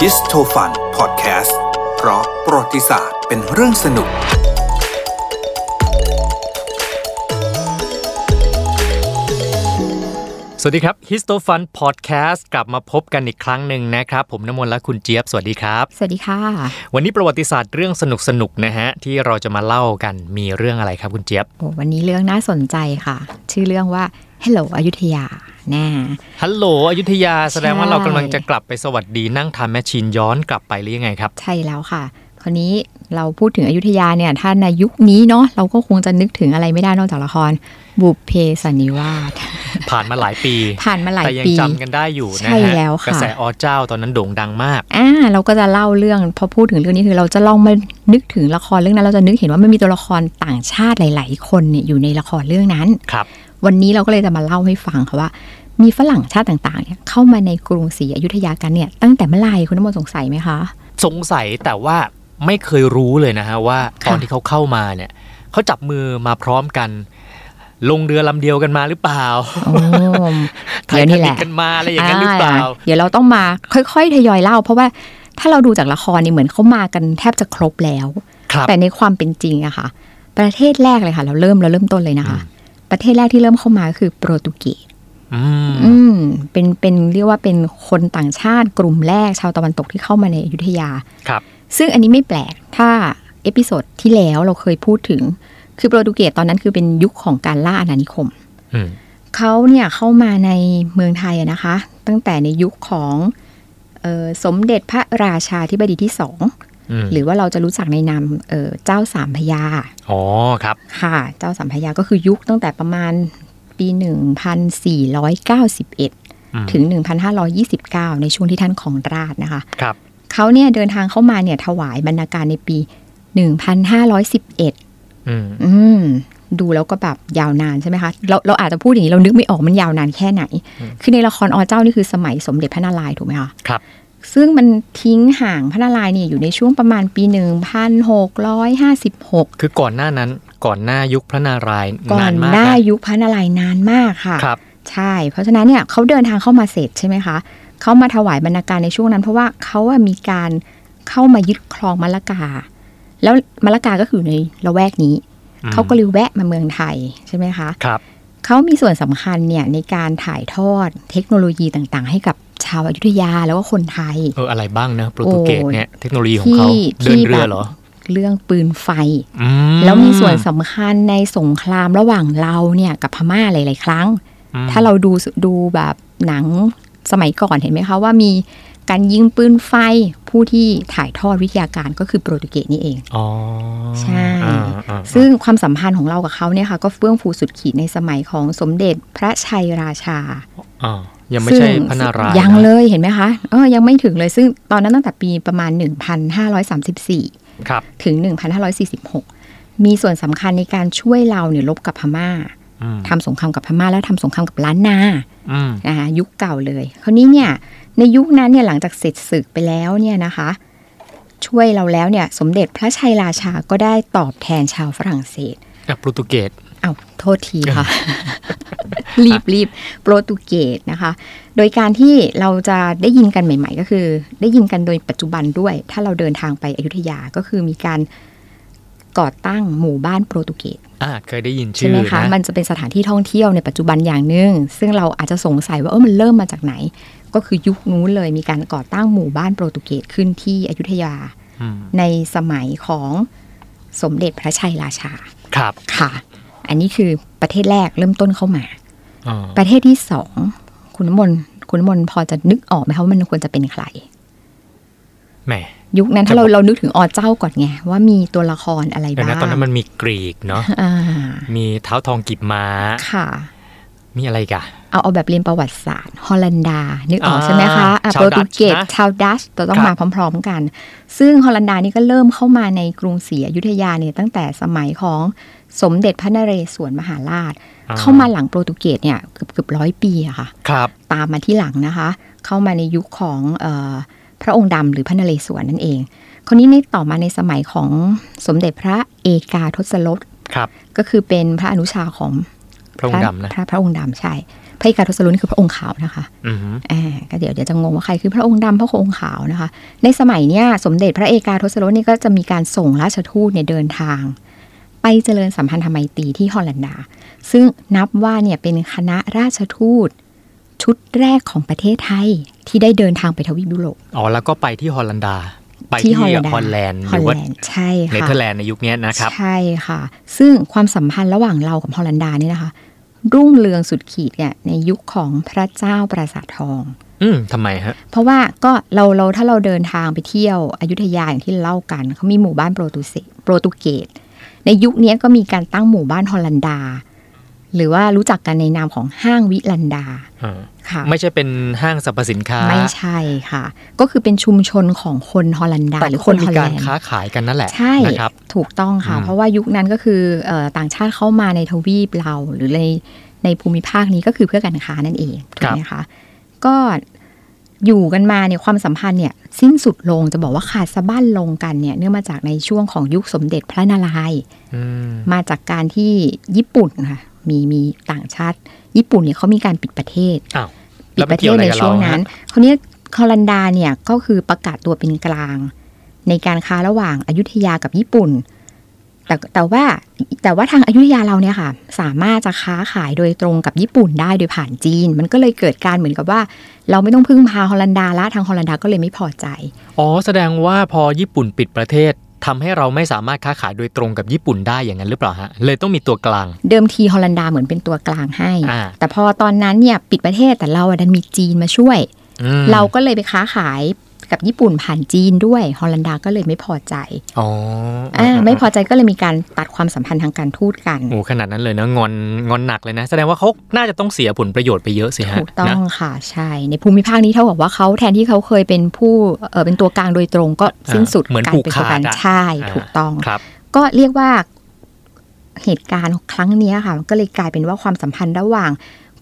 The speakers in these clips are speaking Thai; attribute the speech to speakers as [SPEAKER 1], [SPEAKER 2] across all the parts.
[SPEAKER 1] ฮิสโทฟันพอดแคสต์เพราะประวัติศาสตร์เป็นเรื่องสนุก
[SPEAKER 2] สวัสดีครับ Histofun Podcast กลับมาพบกันอีกครั้งหนึ่งนะครับ ผมน้ำมนต์และคุณเจี๊ยบ สวัสดีครับ
[SPEAKER 3] สวัสดีค่ะ
[SPEAKER 2] วันนี้ประวัติศาสตร์เรื่องสนุกๆ นะฮะ ที่เราจะมาเล่ากันมีเรื่องอะไรครับคุณเจี๊ยบ
[SPEAKER 3] โอ้วันนี้เรื่องน่าสนใจค่ะ ชื่อเรื่องว่า Hello อยุธยาแน่
[SPEAKER 2] ฮัลโหลอยุธยาแสดงว่า
[SPEAKER 3] ใช่
[SPEAKER 2] เรากำลังจะกลับไปสวัสดีนั่งทำแมชชีนย้อนกลับไปหรือยังไงครับ
[SPEAKER 3] ใช่แล้วค่ะ คราวนี้เราพูดถึงอยุธยาเนี่ย ถ้าในยุคนี้เนาะเราก็คงจะนึกถึงอะไรไม่ได้นอกจากละคร บุพเพสันนิวาส
[SPEAKER 2] ผ่านมาหลายปี
[SPEAKER 3] ผ่านมาหลาย
[SPEAKER 2] แต่ยัง
[SPEAKER 3] ปี
[SPEAKER 2] จำกันได้อยู่นะ
[SPEAKER 3] ใช่
[SPEAKER 2] ฮะ
[SPEAKER 3] แล้ว
[SPEAKER 2] กระ
[SPEAKER 3] ค่ะ
[SPEAKER 2] แสอเจ้าตอนนั้นโด่งดังมาก
[SPEAKER 3] อ่าเราก็จะเล่าเรื่องพอพูดถึงเรื่องนี้คือเราจะลองมานึกถึงละครเรื่องนั้น เราจะนึกเห็นว่ามันมีตัวละครต่างชาติหลาย ๆ คนเนี่ยอยู่ในละครเรื่องนั้น
[SPEAKER 2] ครับ
[SPEAKER 3] วันนี้เราก็เลยจะมาเล่าให้ฟังค่ะว่า มีฝรั่งชาติต่างๆเนี่ยเข้ามาในกรุงศรีอยุธยากันเนี่ยตั้งแต่เมื่อไหร่คุณน้ำมนต์สงสัยไหมคะ
[SPEAKER 2] สงสัยแต่ว่าไม่เคยรู้เลยนะฮะว่า
[SPEAKER 3] ค่ะ
[SPEAKER 2] ตอนที่เขาเข้ามาเนี่ยเขาจับมือมาพร้อมกัน ลงเรือลำเดียวกันมาหรือเปล่า
[SPEAKER 3] โอ้
[SPEAKER 2] ไทย
[SPEAKER 3] เดี๋ยว
[SPEAKER 2] ท
[SPEAKER 3] นี่
[SPEAKER 2] นิ
[SPEAKER 3] แห
[SPEAKER 2] ค
[SPEAKER 3] ละ
[SPEAKER 2] กันมาอะไรอย่างนั้นหรือเปล่า
[SPEAKER 3] เดี๋ยวเราต้องมาค่อยๆทยอยเล่า เพราะว่าถ้าเราดูจากละครเนี่ยเหมือนเขามากันแทบจะครบแล้ว
[SPEAKER 2] ครับ
[SPEAKER 3] แต่ในความเป็นจริงอะค่ะ ประเทศแรกเลยค่ะ เราเริ่มเราเริ่มต้นเลยนะคะ ประเทศแรกที่เริ่มเข้ามาคือโปรตุเกส
[SPEAKER 2] อืม
[SPEAKER 3] อืมเป็นเป็นเรียกว่าเป็นคนต่างชาติกลุ่มแรกชาวตะวันตกที่เข้ามาในอยุธยา
[SPEAKER 2] ครับ
[SPEAKER 3] ซึ่งอันนี้ไม่แปลก ถ้าเอพิโซดที่แล้วเราเคยพูดถึง คือโปรตุเกสตอนนั้นคือเป็นยุคของการล่าอาณานิคม
[SPEAKER 2] อืม
[SPEAKER 3] เขาเนี่ยเข้ามาในเมืองไทยอะนะคะ ตั้งแต่ในยุคของเออสมเด็จพระราชาธิบดีที่สอง
[SPEAKER 2] อืม
[SPEAKER 3] หรือว่าเราจะรู้จักในนามเอ่อเจ้าสามพระยา
[SPEAKER 2] อ๋อ ครับ
[SPEAKER 3] ค่ะ เจ้าสัมพยาก็คือยุคตั้งแต่ประมาณปี
[SPEAKER 2] อืม
[SPEAKER 3] 1491 ถึง 1529 ในช่วงที่ท่านของราชนะคะ
[SPEAKER 2] ครับ
[SPEAKER 3] เขาเนี่ยเดินทางเข้ามาเนี่ยถวายบรรณาการในปี 1511
[SPEAKER 2] อืม
[SPEAKER 3] อืม ดูแล้วก็แบบยาวนานใช่ไหมคะ เราเราอาจจะพูดอย่างนี้ เรานึกไม่ออกมันยาวนานแค่ไหน คือในละครอเจ้านี่คือสมัยสมเด็จพระนารายณ์ถูกไหมคะ
[SPEAKER 2] ครับ
[SPEAKER 3] ซึ่งมันทิ้งห่างพระนารายณ์เนี่ยอยู่ในช่วงประมาณปี 1656
[SPEAKER 2] คือก่อนหน้านั้น ก่อนหน้ายุคพระนารายณ์
[SPEAKER 3] ก่อน
[SPEAKER 2] านนมาก
[SPEAKER 3] หน้า
[SPEAKER 2] นะ
[SPEAKER 3] ยุคพระนารายณ์นานมากค่ะ
[SPEAKER 2] ครับ
[SPEAKER 3] ใช่ เพราะฉะนั้นเนี่ยเขาเดินทางเข้ามาเสร็จใช่ไหมคะเขามาถวายบรรณาการในช่วงนั้น เพราะว่าเขาอะมีการเข้ามายึดครองมะละกา แล้วมะละกาก็คืออยู่ในละแวกนี้
[SPEAKER 2] อืม
[SPEAKER 3] เขาก็เลยแวะมาเมืองไทยใช่ไหมคะ
[SPEAKER 2] ครับ
[SPEAKER 3] เขามีส่วนสำคัญเนี่ยในการถ่ายทอดเทคโนโลยีต่างๆ ให้กับชาวอยุธยาแล้วก็คนไทย
[SPEAKER 2] เออ อะไรบ้างนะโปรตุเกสเนี่ย เทคโนโลยีของ
[SPEAKER 3] ที่
[SPEAKER 2] เขาเดิน
[SPEAKER 3] ที่
[SPEAKER 2] เรือ
[SPEAKER 3] แบบ
[SPEAKER 2] เหรอ
[SPEAKER 3] เรื่องปืนไฟ
[SPEAKER 2] อืม
[SPEAKER 3] แล้วมีส่วนสำคัญในสงครามระหว่างเราเนี่ยกับพม่าหลายๆครั้ง
[SPEAKER 2] อืม
[SPEAKER 3] ถ้าเราดูสดูแบบหนังสมัยก่อนเห็นไหมคะว่ามีการยิงปืนไฟผู้ที่ถ่ายทอดวิทยาการก็คือโปรตุเกสนี่เอง
[SPEAKER 2] อ๋อ
[SPEAKER 3] ใช่
[SPEAKER 2] อ่าอ่า
[SPEAKER 3] ซึ่งความสัมพันธ์ของเรากับเขาเนี่ยค่ะก็เฟื่องฟูสุดขีดในสมัยของสมเด็จพระชัยราชา
[SPEAKER 2] อ่ายังไม่
[SPEAKER 3] ซึ่
[SPEAKER 2] ใช่พระนารายณ์
[SPEAKER 3] ยัง
[SPEAKER 2] นะ
[SPEAKER 3] เลยเห็นไหมคะเออยังไม่ถึงเลยซึ่งตอนนั้นตั้งแต่ปีประมาณ 1534
[SPEAKER 2] ครับ
[SPEAKER 3] ถึง 1546 มีส่วนสำคัญในการช่วยเราเนี่ยรบกับพม่า
[SPEAKER 2] อืม
[SPEAKER 3] ทำสงครามกับพม่าแล้วทำสงครามกับล้านนา
[SPEAKER 2] อืม
[SPEAKER 3] นะคะยุคเก่าเลยคราวนี้เนี่ยในยุคนั้นเนี่ยหลังจากเสร็จศึกไปแล้วเนี่ยนะคะ ช่วยเราแล้วเนี่ยสมเด็จพระชัยราชาก็ได้ตอบแทนชาวฝรั่งเศส
[SPEAKER 2] อ่ะโปรตุเกส
[SPEAKER 3] เอาวโทษทีค่ะ รีบรีบโปรตุเกสนะคะ โดยการที่เราจะได้ยินกันใหม่ ๆ ก็คือ ได้ยินกันโดยปัจจุบันด้วย ถ้าเราเดินทางไปอยุธยาก็คือมีการก่อตั้งหมู่บ้านโปรตุเกส
[SPEAKER 2] อ่า เคยได้ยิน
[SPEAKER 3] ใช่
[SPEAKER 2] ชื่อ
[SPEAKER 3] ไหม
[SPEAKER 2] นะ
[SPEAKER 3] คะ มันจะเป็นสถานที่ท่องเที่ยวในปัจจุบันอย่างหนึ่ง ซึ่งเราอาจจะสงสัยว่าเออมันเริ่มมาจากไหน ก็คือยุคนู้นเลยมีการก่อตั้งหมู่บ้านโปรตุเกสขึ้นที่อยุธยา
[SPEAKER 2] อืม
[SPEAKER 3] ในสมัยของสมเด็จพระชัยราชา
[SPEAKER 2] ครับ
[SPEAKER 3] ค่ะ อันนี้คือประเทศแรกเริ่มต้นเข้ามา
[SPEAKER 2] อ่า
[SPEAKER 3] ประเทศที่สองคุณน้ำมนต์คุณน้ำมนต์พอจะนึกออกไหมคะว่ามันควรจะเป็นใคร
[SPEAKER 2] แหม
[SPEAKER 3] ยุคนั้นถ้าเรา
[SPEAKER 2] จะบอก
[SPEAKER 3] เรานึกถึงอเจ้าก่อนไงว่ามีตัวละครอะไร
[SPEAKER 2] เดี๋ยว
[SPEAKER 3] บ้า
[SPEAKER 2] นะ
[SPEAKER 3] ง
[SPEAKER 2] ตอนนั้นมันมีกรีกเนาะ
[SPEAKER 3] อ่า
[SPEAKER 2] มีเท้าทองกิบม้า
[SPEAKER 3] ค่ะ
[SPEAKER 2] มีอะไรอีกอะ
[SPEAKER 3] เอาเอาแบบเรียนประวัติศาสตร์ฮอลันดา นึกออก
[SPEAKER 2] อ่า
[SPEAKER 3] ใช่ไหมคะอ่ะ
[SPEAKER 2] ชาว
[SPEAKER 3] โปรตุเกส
[SPEAKER 2] ดัตช์นะ
[SPEAKER 3] ชาวดัชเราต้อ
[SPEAKER 2] ครั
[SPEAKER 3] ง
[SPEAKER 2] บ
[SPEAKER 3] มาพร้อมๆกัน ซึ่งฮอลันดานี่ก็เริ่มเข้ามาในกรุงศรีอยุธยาเนี่ยตั้งแต่สมัยของสมเด็จพระนเรศวรมหาราช เข้ามาหลังโปรตุเกสเนี่ยเกือบเกือบร้อยปีอะค่ะ
[SPEAKER 2] ครับ
[SPEAKER 3] ตามมาที่หลังนะคะ เข้ามาในยุคของเออพระองค์ดำหรือพระนเรศวรนั่นเอง คนนี้ในต่อมาในสมัยของสมเด็จพระเอกาทศรส
[SPEAKER 2] ครับ
[SPEAKER 3] ก็คือเป็นพระอนุชาของ
[SPEAKER 2] พระองค์ดำนะ
[SPEAKER 3] พระพระองค์ดำใช่ พ พระอิกาทศรุนี่คือพระองค์ขาวนะคะ
[SPEAKER 2] อืมฮึ
[SPEAKER 3] อ่าก็เดี๋ยวเดี๋ยวจะงงว่าใครคือพระองค์ดำพระองค์ขาวนะคะ ในสมัยเนี้ยสมเด็จพระเอกาทศรสนี่ก็จะมีการส่งราชทูตเนี่ยเดินทาง ไปเจริญสัมพันธไมตรีที่ฮอลันดา ซึ่งนับว่าเนี่ยเป็นคณะราชทูต ชุดแรกของประเทศไทยที่ได้เดินทางไปทวีปยุโรป
[SPEAKER 2] อ๋อแล้วก็ไปที่ฮอลันดา ไป
[SPEAKER 3] ที่
[SPEAKER 2] ที่
[SPEAKER 3] ฮอลันดา
[SPEAKER 2] ฮอลแลนด์
[SPEAKER 3] ฮ
[SPEAKER 2] ห
[SPEAKER 3] อล
[SPEAKER 2] รือ
[SPEAKER 3] แล
[SPEAKER 2] ว่าน
[SPEAKER 3] ด์ใช่
[SPEAKER 2] เน
[SPEAKER 3] ค่ะ
[SPEAKER 2] เธอร์แลนด์ในยุคเนี้ยนะครับ
[SPEAKER 3] ใช่ค่ะ ซึ่งความสัมพันธ์ระหว่างเรากับฮอลันดาเนี่ยนะคะ รุ่งเรืองสุดขีดเนี่ยในยุคของพระเจ้าปราสาททอง
[SPEAKER 2] อืมทำไมฮะ
[SPEAKER 3] เพราะว่าก็เราเราถ้าเราเดินทางไปเที่ยวอยุธยาอย่างที่เล่ากัน เขามีหมู่บ้านโปรตุเสโปรตุเกสในยุคนี้ก็มีการตั้งหมู่บ้านฮอลันดา หรือว่ารู้จักกันในนามของห้างวิลันดา
[SPEAKER 2] อ่า
[SPEAKER 3] ค่ะ
[SPEAKER 2] ไม่ใช่เป็นห้างสรรพสินค้า
[SPEAKER 3] ไม่ใช่ค่ะ ก็คือเป็นชุมชนของคนฮอลันดา
[SPEAKER 2] แต่
[SPEAKER 3] หรือ
[SPEAKER 2] ค
[SPEAKER 3] คน นฮ
[SPEAKER 2] มี
[SPEAKER 3] อลแล
[SPEAKER 2] การ
[SPEAKER 3] นด์
[SPEAKER 2] ค้าขายกันนั่นแหละ
[SPEAKER 3] ใช่
[SPEAKER 2] นะครับ
[SPEAKER 3] ถูกต้องค่ะ
[SPEAKER 2] อืม
[SPEAKER 3] เพราะว่ายุคนั้นก็คือเอ่อต่างชาติเข้ามาในทวีปเราหรือในในภูมิภาคนี้ก็คือเพื่อการค้านั่นเองถูกไหมคะก็อยู่กันมาเนี่ยความสัมพันธ์เนี่ยสิ้นสุดลงจะบอกว่าขาดสะบั้นลงกันเนี่ยเนื่องมาจากในช่วงของยุคสมเด็จพระนารายณ์
[SPEAKER 2] อืม
[SPEAKER 3] มาจากการที่ญี่ปุ่นค่ะมีมีต่างชาติ ญี่ปุ่นเนี่ยเขามีการปิดประเทศ
[SPEAKER 2] อ้าว
[SPEAKER 3] ปิด
[SPEAKER 2] แล้ว
[SPEAKER 3] ป
[SPEAKER 2] มัน
[SPEAKER 3] ระเท
[SPEAKER 2] กี่ย
[SPEAKER 3] ศ
[SPEAKER 2] อไร
[SPEAKER 3] ใน
[SPEAKER 2] กับ
[SPEAKER 3] ช่วง
[SPEAKER 2] เรา
[SPEAKER 3] นั้น
[SPEAKER 2] ฮะ
[SPEAKER 3] คราวนี้คอลันดาเนี่ยก็คือประกาศตัวเป็นกลาง ในการค้าระหว่างอายุทยากับญี่ปุ่น แต่แต่ว่าแต่ว่าทางอายุทยาเราเนี่ยค่ะ สามารถจะค้าขายโดยตรงกับญี่ปุ่นได้โดยผ่านจีน มันก็เลยเกิดการเหมือนกับว่า เราไม่ต้องพึ่งพาฮอลันดาละทางฮอลันดาก็เลยไม่พอใจ
[SPEAKER 2] อ๋อแสดงว่าพอญี่ปุ่นปิดประเทศทำให้เราไม่สามารถค้าขายโดยตรงกับญี่ปุ่นได้อย่างนั้นหรือเปล่าฮะ เลยต้องมีตัวกลาง
[SPEAKER 3] เดิมทีฮอลันดาเหมือนเป็นตัวกลางให้
[SPEAKER 2] อ่า
[SPEAKER 3] แต่พอตอนนั้นเนี่ยปิดประเทศแต่เราอะดันมีจีนมาช่วย
[SPEAKER 2] อืม
[SPEAKER 3] เราก็เลยไปค้าขายกับญี่ปุ่นผ่านจีนด้วยฮอลันดาก็เลยไม่พอใจ
[SPEAKER 2] อ๋อ
[SPEAKER 3] อ่าไม่พอใจก็เลยมีการตัดความสัมพันธ์ทางการทูตกัน
[SPEAKER 2] โอ้ขนาดนั้นเลยนะงอนงอนหนักเลยนะ แสดงว่าเขาน่าจะต้องเสียผลประโยชน์ไปเยอะสิฮะ
[SPEAKER 3] ถูกต้อ
[SPEAKER 2] นะ
[SPEAKER 3] งค่ะใช่ ในภูมิภาคนี้เท่ากับว่าเขาแทนที่เขาเคยเป็นผู้เอ่อเป็นตัวกลางโดยตรงก็สิ้นสุด
[SPEAKER 2] เหมือน
[SPEAKER 3] การ
[SPEAKER 2] ผูก
[SPEAKER 3] เป็นตัว
[SPEAKER 2] ขาด
[SPEAKER 3] กลาง
[SPEAKER 2] อะ
[SPEAKER 3] ใช่
[SPEAKER 2] า
[SPEAKER 3] ถูกต้อง
[SPEAKER 2] ครับ
[SPEAKER 3] ก็เรียกว่าเหตุการณ์ครั้งเนี้ยค่ะมันก็เลยกลายเป็นว่าความสัมพันธ์ระหว่าง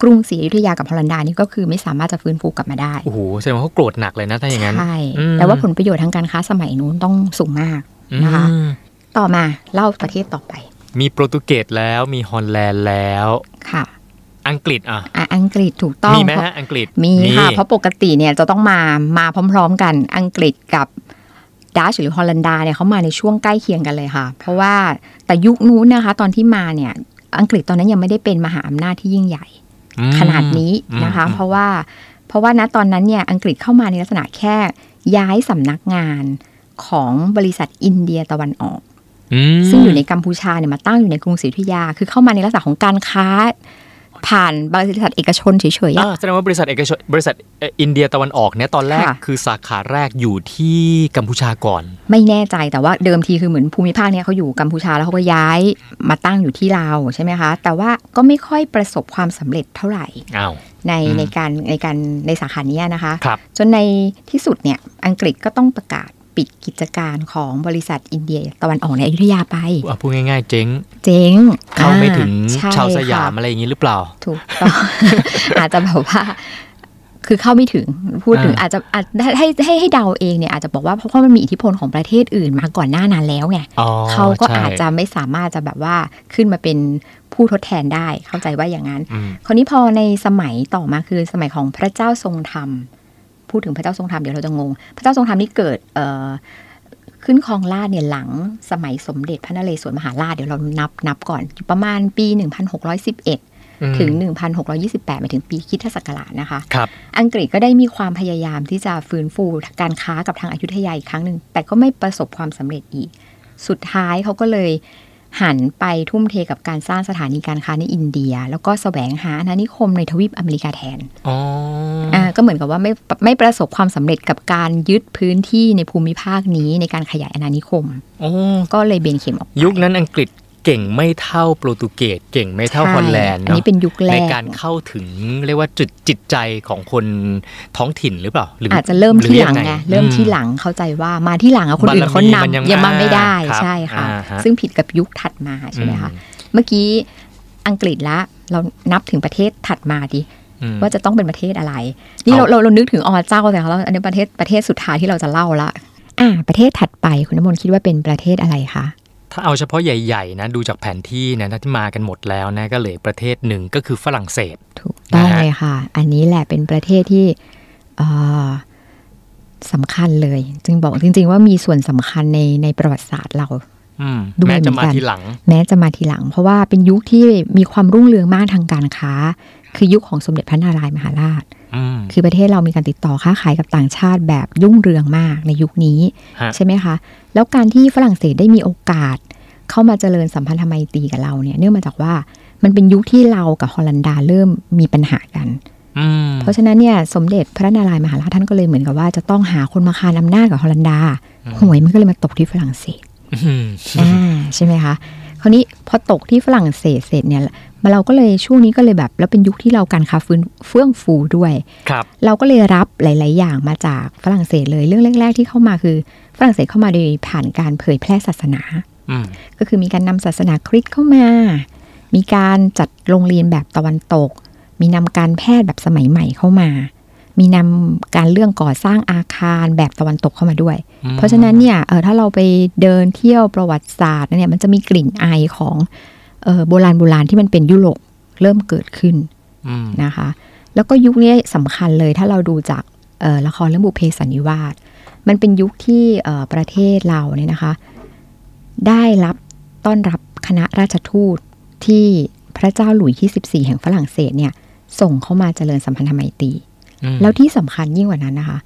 [SPEAKER 3] กรุงศรีอยุธยากับฮอลันดานี่ก็คือไม่สามารถจะฟื้นฟูกลับมาได้
[SPEAKER 2] โอ้โหแสดงว่าเขาโกรธหนักเลยนะถ้าอย่างนั้น
[SPEAKER 3] ใช่
[SPEAKER 2] อืม
[SPEAKER 3] แต่ว่าผลประโยชน์ทางการค้าสมัยนู้นต้องสูงมาก นะคะ
[SPEAKER 2] อืม
[SPEAKER 3] ต่อมาเล่าประเทศต่อไป
[SPEAKER 2] มีโปรตุเกสแล้วมีฮอลแลนด์แล้ว
[SPEAKER 3] ค่ะ
[SPEAKER 2] อังกฤษอ่ะ
[SPEAKER 3] อ่ะอังกฤษถูกต้อง
[SPEAKER 2] มีไหมฮะอังกฤษ
[SPEAKER 3] มีค่ะ เพราะปกติเนี่ยจะต้องมามาพร้อม ๆ กันอังกฤษกับดัชหรือฮอลันดาเนี่ยเขามาในช่วงใกล้เคียงกันเลยค่ะ เพราะว่าแต่ยุคนู้นนะคะ ตอนที่มาเนี่ยอังกฤษตอนนั้นยังไม่ได้เป็นมหาอำนาจที่ยิ่งใหญ่
[SPEAKER 2] อืม
[SPEAKER 3] ขนาดนี้นะคะ
[SPEAKER 2] อืม
[SPEAKER 3] เพราะว่าเพราะว่าณตอนนั้นเนี่ยอังกฤษเข้ามาในลักษณะแค่ย้ายสำนักงานของบริษัทอินเดียตะวันออก
[SPEAKER 2] ม
[SPEAKER 3] ซึ่งอยู่ในกัมพูชาเนี่ยมาตั้งอยู่ในกรุงศรีอยุธยา คือเข้ามาในลักษณะของการค้า ผ่านบริษัทเอกชนเฉยๆอะ
[SPEAKER 2] อ่าแสดงว่าบริษัทเอกชนบริษัทเอ่ออินเดียตะวันออกเนี่ยตอนแรก
[SPEAKER 3] ค่ะ
[SPEAKER 2] คือสาขาแรกอยู่ที่กัมพูชาก่อน
[SPEAKER 3] ไม่แน่ใจแต่ว่าเดิมทีคือเหมือนภูมิภาคเนี้ยเขาอยู่กัมพูชาแล้วเขาก็ย้ายมาตั้งอยู่ที่ลาวใช่ไหมคะ แต่ว่าก็ไม่ค่อยประสบความสำเร็จเท่าไหร่
[SPEAKER 2] อ้าว
[SPEAKER 3] ใน
[SPEAKER 2] อืม
[SPEAKER 3] ในการในการในสาขาเนี้ยนะคะ
[SPEAKER 2] ครับ
[SPEAKER 3] จนในที่สุดเนี่ยอังกฤษก็ต้องประกาศปิดกิจการของบริษัทอินเดียตะวันออกในอยุธยาไป
[SPEAKER 2] อ่ะพูดง่ายๆ เจ๊ง
[SPEAKER 3] เจ๊ง
[SPEAKER 2] เข้าไม่ถึง
[SPEAKER 3] อ่ใ
[SPEAKER 2] ชาวสยาม
[SPEAKER 3] ค่ะ
[SPEAKER 2] อะไรอย่างนี้หรือเปล่า
[SPEAKER 3] ถูกต้อง อาจจะแบบว่า คือเข้าไม่ถึงพูดถึง
[SPEAKER 2] อ่า
[SPEAKER 3] อาจจะอาจให้ให้ให้เดาเองเนี่ยอาจจะบอกว่าเพราะว่ามันมีอิทธิพลของประเทศอื่นมาก่อนหน้านานแล้วไง
[SPEAKER 2] อ๋อ
[SPEAKER 3] เขาก็อาจ
[SPEAKER 2] ใช่
[SPEAKER 3] จะไม่สามารถจะแบบว่าขึ้นมาเป็นผู้ทดแทนได้เข้าใจว่าอย่างนั้น
[SPEAKER 2] อืม
[SPEAKER 3] คราวนี้พอในสมัยต่อมาคือสมัยของพระเจ้าทรงธรรม พูดถึงพระเจ้าทรงธรรมเดี๋ยวเราจะงง พระเจ้าทรงธรรมนี่เกิดเอ่อขึ้นครองราชย์เนี่ยหลังสมัยสมเด็จพระนเรศวรมหาราชเดี๋ยวเรานับนับก่อนอยู่ประมาณปี 1611
[SPEAKER 2] อืม
[SPEAKER 3] ถึง 1628หมายถึงปีคริดทศักราชนะคะ
[SPEAKER 2] ครับ
[SPEAKER 3] อังกฤษก็ได้มีความพยายามที่จะฟื้นฟูการค้ากับทางอายุทยาอีกครั้งหนึ่ง แต่ก็ไม่ประสบความสำเร็จอีก สุดท้ายเขาก็เลยหันไปทุ่มเทกับการสร้างสถานีการค้าในอินเดีย แล้วก็แสวงหาอาณานิคมในทวีปอเมริกาแทน
[SPEAKER 2] อ๋ออ
[SPEAKER 3] อ่าก็เหมือนกับว่าไม่ไม่ประสบความสำเร็จกับการยึดพื้นที่ในภูมิภาคนี้ในการขยายอาณานิคม
[SPEAKER 2] โอ้
[SPEAKER 3] ก็เลยเบนเข็มออก
[SPEAKER 2] ยุคนั้นอังกฤษเก่งไม่เท่าโปรตุเกสเก่งไม่เท่าฮอลแลนด์
[SPEAKER 3] ใช่อัน
[SPEAKER 2] เนาะ
[SPEAKER 3] นี้เป็นยุคแร
[SPEAKER 2] ใน
[SPEAKER 3] ก
[SPEAKER 2] การเข้าถึงเรียกว่าจุดจิตใจของคนท้องถิ่นหรือเปล่าหรือ
[SPEAKER 3] อาจจะเริ่มที่หลัง
[SPEAKER 2] รือยั
[SPEAKER 3] ไง
[SPEAKER 2] ไ
[SPEAKER 3] เริ่มที่
[SPEAKER 2] อื
[SPEAKER 3] หลังเข้าใจว่ามาที่หลังอะคนอื่น
[SPEAKER 2] บารมี
[SPEAKER 3] เขา
[SPEAKER 2] มัน
[SPEAKER 3] นำ
[SPEAKER 2] ยัง
[SPEAKER 3] ยังมาไม่ได้
[SPEAKER 2] อ่า
[SPEAKER 3] ใช่ค่ะ
[SPEAKER 2] อ่าฮะ
[SPEAKER 3] ซึ่งผิดกับยุคถัดมาใช่ไหมคะเมื่อกี้อังกฤษละเรานับถึงประเทศถัดมาดิ
[SPEAKER 2] อืม
[SPEAKER 3] ว่าจะต้องเป็นประเทศอะไร นี่เรา
[SPEAKER 2] เอา
[SPEAKER 3] เราเรานึกถึงอเจ้าแต่ของเราอันนี้ประเทศประเทศสุดท้ายที่เราจะเล่าละอ่าประเทศถัดไปคุณน้ำมนต์คิดว่าเป็นประเทศอะไรคะ
[SPEAKER 2] ถ้าเอาเฉพาะใหญ่ๆนะดูจากแผนที่เนยนะที่มากันหมดแล้วนะก็เหลือประเทศหนึ่งก็คือฝรั่งเศส
[SPEAKER 3] ถูกต้อง
[SPEAKER 2] นะฮะ
[SPEAKER 3] เลยค่ะ อันนี้แหละเป็นประเทศที่เอ่อสำคัญเลย จึงบอกจริง ๆ ว่ามีส่วนสำคัญในในประวัติศาสตร์เรา
[SPEAKER 2] อืม
[SPEAKER 3] ด้วย
[SPEAKER 2] แม้จะมา
[SPEAKER 3] เหมือนกัน
[SPEAKER 2] ทีหลัง
[SPEAKER 3] แม้จะมาทีหลัง เพราะว่าเป็นยุคที่มีความรุ่งเรืองมากทางการค้า คือยุคของสมเด็จพระนารายณ์มหาราช
[SPEAKER 2] อืม
[SPEAKER 3] คือประเทศเรามีการติดต่อค้าขายกับต่างชาติแบบยุ่งเรืองมากในยุคนี้
[SPEAKER 2] ฮะ
[SPEAKER 3] ใช่ไหมคะ แล้วการที่ฝรั่งเศสได้มีโอกาส เข้ามาเจริญสัมพันธไมตรีกับเราเนี่ยเนื่องมาจากว่ามันเป็นยุคที่เรากับฮอลันดาเริ่มมีปัญหากัน
[SPEAKER 2] อืม
[SPEAKER 3] เพราะฉะนั้นเนี่ยสมเด็จพระนารายณ์มหาราชท่านก็เลยเหมือนกับว่าจะต้องหาคนมาคานอำนาจกับฮอลันดาหวยมันก็เลยมาตกที่ฝรั่งเศส
[SPEAKER 2] อืม
[SPEAKER 3] อ่าใช่ไหมคะ คราวนี้พอตกที่ฝรั่งเศสเสร็จเนี่ยมาเราก็เลยช่วงนี้ก็เลยแบบ แล้วเป็นยุคที่เราการค้าฟื้นเฟื่องฟูด้วย
[SPEAKER 2] ครับ
[SPEAKER 3] เราก็เลยรับหลาย ๆ อย่างมาจากฝรั่งเศสเลยเรื่องแรก ๆ ที่เข้ามาคือฝรั่งเศสเข้ามาโดยผ่านการเผยแพร่ศาสนา
[SPEAKER 2] อืม
[SPEAKER 3] ก็คือมีการนำศาสนาคริสต์เข้ามา มีการจัดโรงเรียนแบบตะวันตก มีนำการแพทย์แบบสมัยใหม่เข้ามา มีนำการเรื่องก่อสร้างอาคารแบบตะวันตกเข้ามาด้วย
[SPEAKER 2] อืม
[SPEAKER 3] เพราะฉะนั้นเนี่ยเออถ้าเราไปเดินเที่ยวประวัติศาสตร์เนี่ยมันจะมีกลิ่นอายของเออโบราณโบราณที่มันเป็นยุโรปเริ่มเกิดขึ้น
[SPEAKER 2] อืม
[SPEAKER 3] นะคะ แล้วก็ยุคนี้สำคัญเลยถ้าเราดูจากเออละครเรื่องบุพเพสันนิวาสมันเป็นยุคที่เออประเทศเราเนี่ยนะคะ ได้รับต้อนรับคณะราชทูตที่พระเจ้าหลุยส์ที่14 แห่งฝรั่งเศสเนี่ยส่งเข้ามาเจริญสัมพันธไมตรี
[SPEAKER 2] อืม
[SPEAKER 3] แล้วที่สำคัญยิ่งกว่านั้นนะคะ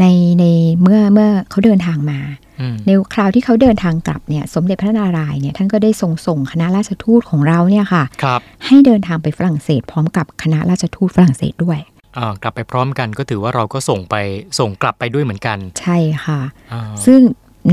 [SPEAKER 3] ในในเมื่อเมื่อเขาเดินทางมา
[SPEAKER 2] อืม
[SPEAKER 3] ในคราวที่เขาเดินทางกลับเนี่ยสมเด็จพระนารายณ์เนี่ยท่านก็ได้ทรงส่งคณะราชทูตของเราเนี่ยค่ะ
[SPEAKER 2] ครับ
[SPEAKER 3] ให้เดินทางไปฝรั่งเศส พร้อมกับคณะราชทูตฝรั่งเศสด้วย
[SPEAKER 2] อ่ากลับไปพร้อมกันก็ถือว่าเราก็ส่งไปส่งกลับไปด้วยเหมือนกัน
[SPEAKER 3] ใช่ค่ะ
[SPEAKER 2] อ่า
[SPEAKER 3] ซึ่ง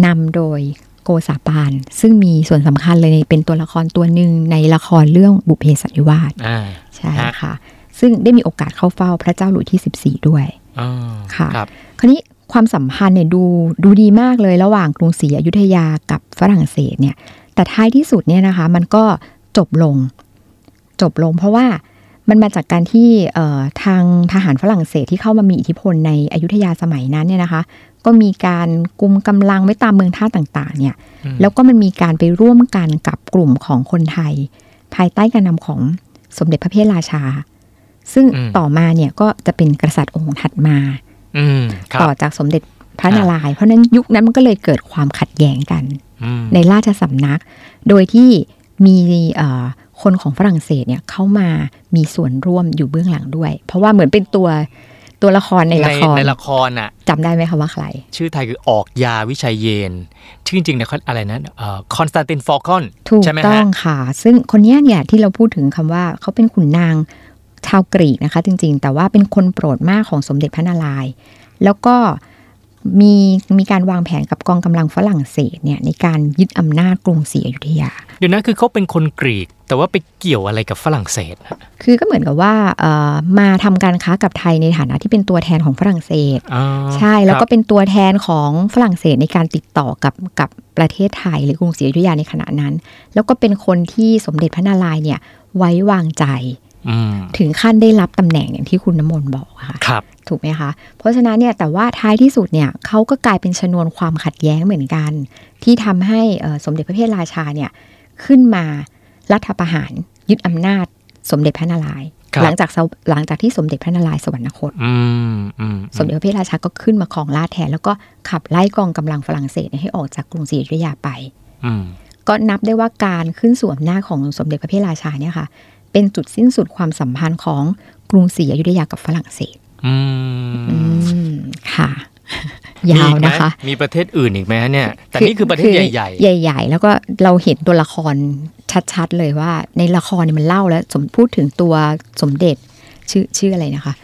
[SPEAKER 3] นำโดยโกษาปาน ซึ่งมีส่วนสำคัญเลยในเป็นตัวละครตัวหนึ่งในละครเรื่องบุพเพสันนิวาส
[SPEAKER 2] อ่า
[SPEAKER 3] ใช่
[SPEAKER 2] ฮะ
[SPEAKER 3] ค่ะ ซึ่งได้มีโอกาสเข้าเฝ้าพระเจ้าหลุยส์ที่ 14 ด้วย
[SPEAKER 2] อ่า
[SPEAKER 3] ค่ะ
[SPEAKER 2] ครับ
[SPEAKER 3] คราวนี้ความสัมพันธ์เนี่ยดูดูดีมากเลยระหว่างกรุงศรีอยุธยากับฝรั่งเศสเนี่ย แต่ท้ายที่สุดเนี่ยนะคะ มันก็จบลง จบลงเพราะว่ามันมาจากการที่เอ่อทางทหารฝรั่งเศสที่เข้ามามีอิทธิพลในอยุธยาสมัยนั้นเนี่ยนะคะ ก็มีการกุมกำลังไว้ตามเมืองท่าต่างๆ เนี่ย
[SPEAKER 2] อืม
[SPEAKER 3] แล้วก็มันมีการไปร่วมกันกับกลุ่มของคนไทย ภายใต้การนำของสมเด็จพระเพทราชา ซึ่งต่อมาเนี่ยก็จะเป็นกษัตริย์องค์ถัดมา
[SPEAKER 2] อืมครั
[SPEAKER 3] ต่อบ จากสมเด็จพระ
[SPEAKER 2] ครับ
[SPEAKER 3] นารายณ์เพราะฉะนั้นยุคนั้นมันก็เลยเกิดความขัดแย้งกัน
[SPEAKER 2] อืม
[SPEAKER 3] ในราชสำนัก โดยที่มีเอ่อคนของฝรั่งเศสเนี่ยเข้ามามีส่วนร่วมอยู่เบื้องหลังด้วย เพราะว่าเหมือนเป็นตัวตัวละครในละคร
[SPEAKER 2] ในละครอ่ะ
[SPEAKER 3] จำได้ไหมคะว่าใคร
[SPEAKER 2] ชื่อไทยคือออกยาวิชัยเยน ชื่อจริงๆเนี่ยเขาอะไรนะคอนสแตนตินฟอลคอน
[SPEAKER 3] ถูก
[SPEAKER 2] ใช่ไหม
[SPEAKER 3] ต้อ
[SPEAKER 2] ฮะ
[SPEAKER 3] งค่ะ ซึ่งคนเนี้ยเนี่ยที่เราพูดถึงคำว่าเขาเป็นขุนนางชาวกรีกนะคะ จริงๆ แต่ว่าเป็นคนโปรดมากของสมเด็จพระนารายณ์แล้วก็มีมีการวางแผนกับกองกำลังฝรั่งเศสเนี่ยในการยึดอำนาจกรุงศรีอยุธยา
[SPEAKER 2] เดี๋ยวนะคือเขาเป็นคนกรีก แต่ว่าไปเกี่ยวอะไรกับฝรั่งเศสฮะ
[SPEAKER 3] คือก็เหมือนกับว่าเอ่อมาทำการค้ากับไทยในฐานะที่เป็นตัวแทนของฝรั่งเศส
[SPEAKER 2] อ๋อ
[SPEAKER 3] ใช่แล้วก็
[SPEAKER 2] ครับ
[SPEAKER 3] เป็นตัวแทนของฝรั่งเศสในการติดต่อกับกับประเทศไทยหรือกรุงศรีอยุธยาในขณะนั้น แล้วก็เป็นคนที่สมเด็จพระนารายณ์เนี่ยไว้วางใจ
[SPEAKER 2] อืม
[SPEAKER 3] ถึงขั้นได้รับตำแหน่งอย่างที่คุณน้ำมนต์บอกอะค่ะ
[SPEAKER 2] ครับ
[SPEAKER 3] ถูกไหมคะ เพราะฉะนั้นเนี่ยแต่ว่าท้ายที่สุดเนี่ยเขาก็กลายเป็นชนวนความขัดแย้งเหมือนกัน ที่ทำให้เอ่อสมเด็จพระเพทราชาเนี่ยขึ้นมารัฐประหารยึดอำนาจสมเด็จพระนารายณ์
[SPEAKER 2] ครับ
[SPEAKER 3] หลังจากเสาหลังจากที่สมเด็จพระนารายณ์สวรรคต
[SPEAKER 2] อืมอืม
[SPEAKER 3] สมเด็จพระเพทราชาก็ขึ้นมาครองราชย์แทน แล้วก็ขับไล่กองกำลังฝรั่งเศสเนี่ยให้ออกจากกรุงศรีอยุธยาไป
[SPEAKER 2] อืม
[SPEAKER 3] ก็นับได้ว่าการขึ้นสู่อำนาจของสมเด็จพระเพทราชาเนี่ยค่ะเป็นจุดสิ้นสุดความสัมพันธ์ของกรุงศรีอยุธยากับฝรั่งเศส
[SPEAKER 2] อื
[SPEAKER 3] อื
[SPEAKER 2] ม
[SPEAKER 3] มค่ะ
[SPEAKER 2] มี
[SPEAKER 3] ยา
[SPEAKER 2] อี
[SPEAKER 3] ว
[SPEAKER 2] กไหม
[SPEAKER 3] นะคะ
[SPEAKER 2] มีประเทศอื่นอีกไหมฮะเนี่ย แต่นี่คือประเทศใหญ่
[SPEAKER 3] ๆใหญ่ ๆ แล้วก็เราเห็นตัวละครชัดๆ เลยว่าในละครเนี่ยมันเล่าแล้ว สมพูดถึงตัวสมเด็จชื่อชื่ออะไรนะคะ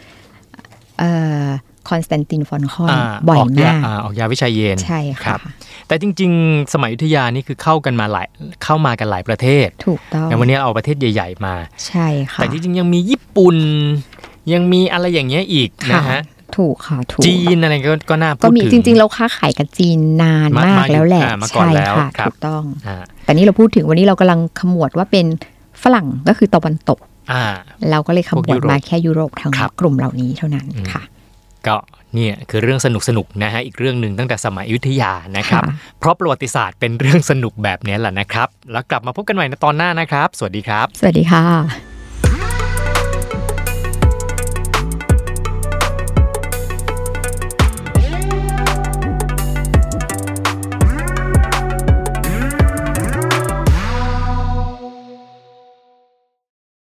[SPEAKER 3] เอ่อคอนสแตนตินฟอนคอน
[SPEAKER 2] อ่า
[SPEAKER 3] บ่อย
[SPEAKER 2] ออกยาม
[SPEAKER 3] าก
[SPEAKER 2] อ่าออกยาวิชัยเยน
[SPEAKER 3] ใช่
[SPEAKER 2] ครั
[SPEAKER 3] ค่ะ
[SPEAKER 2] บ แต่จริง ๆ สมัยอยุธยานี่คือเข้ากันมาหลายเข้ามากันหลายประเทศ
[SPEAKER 3] ถูกต้อง
[SPEAKER 2] แต่วันนี้เราเอาประเทศใหญ่ ๆ มา
[SPEAKER 3] ใช่ค่ะ
[SPEAKER 2] แต่ที่จริงยังมีญี่ปุ่น ยังมีอะไรอย่างเงี้ยอีกนะ
[SPEAKER 3] ค่
[SPEAKER 2] ฮะ
[SPEAKER 3] ถูกค่ะถูก
[SPEAKER 2] จีนอะไรก็ก็น่าพูด
[SPEAKER 3] ก็มี
[SPEAKER 2] ถึง
[SPEAKER 3] จริง ๆ เราค้าขายกับจีนนาน
[SPEAKER 2] มาม
[SPEAKER 3] าก
[SPEAKER 2] มาอยู่
[SPEAKER 3] แล้วแหละ
[SPEAKER 2] อ่ามาก่อน
[SPEAKER 3] ใช่
[SPEAKER 2] แล้ว
[SPEAKER 3] ค่ะ
[SPEAKER 2] ครับ
[SPEAKER 3] ถูกต้อง
[SPEAKER 2] อ่า
[SPEAKER 3] แต่นี่เราพูดถึงวันนี้เรากำลังขมวดว่าเป็นฝรั่งก็คือตะวันตก
[SPEAKER 2] อ่า
[SPEAKER 3] เราก็เลยข
[SPEAKER 2] พ
[SPEAKER 3] ม
[SPEAKER 2] วกยุ
[SPEAKER 3] วด
[SPEAKER 2] โรป
[SPEAKER 3] มาแค่ยุโรปทาง
[SPEAKER 2] ครับ
[SPEAKER 3] กลุ่มเหล่านี้เท่านั้น
[SPEAKER 2] อืม
[SPEAKER 3] ค่ะ
[SPEAKER 2] ก็เนี่ยคือเรื่องสนุกสนุกๆนะฮะอีกเรื่องหนึ่งตั้งแต่สมัยอยุธยานะครับ
[SPEAKER 3] ค่ะ
[SPEAKER 2] เพราะประวัติศาสตร์เป็นเรื่องสนุกแบบนี้แหละนะครับ แล้วกลับมาพบกันใหม่ในตอนหน้านะครับ สวัสดีครับ
[SPEAKER 3] สวัสดีค่ะ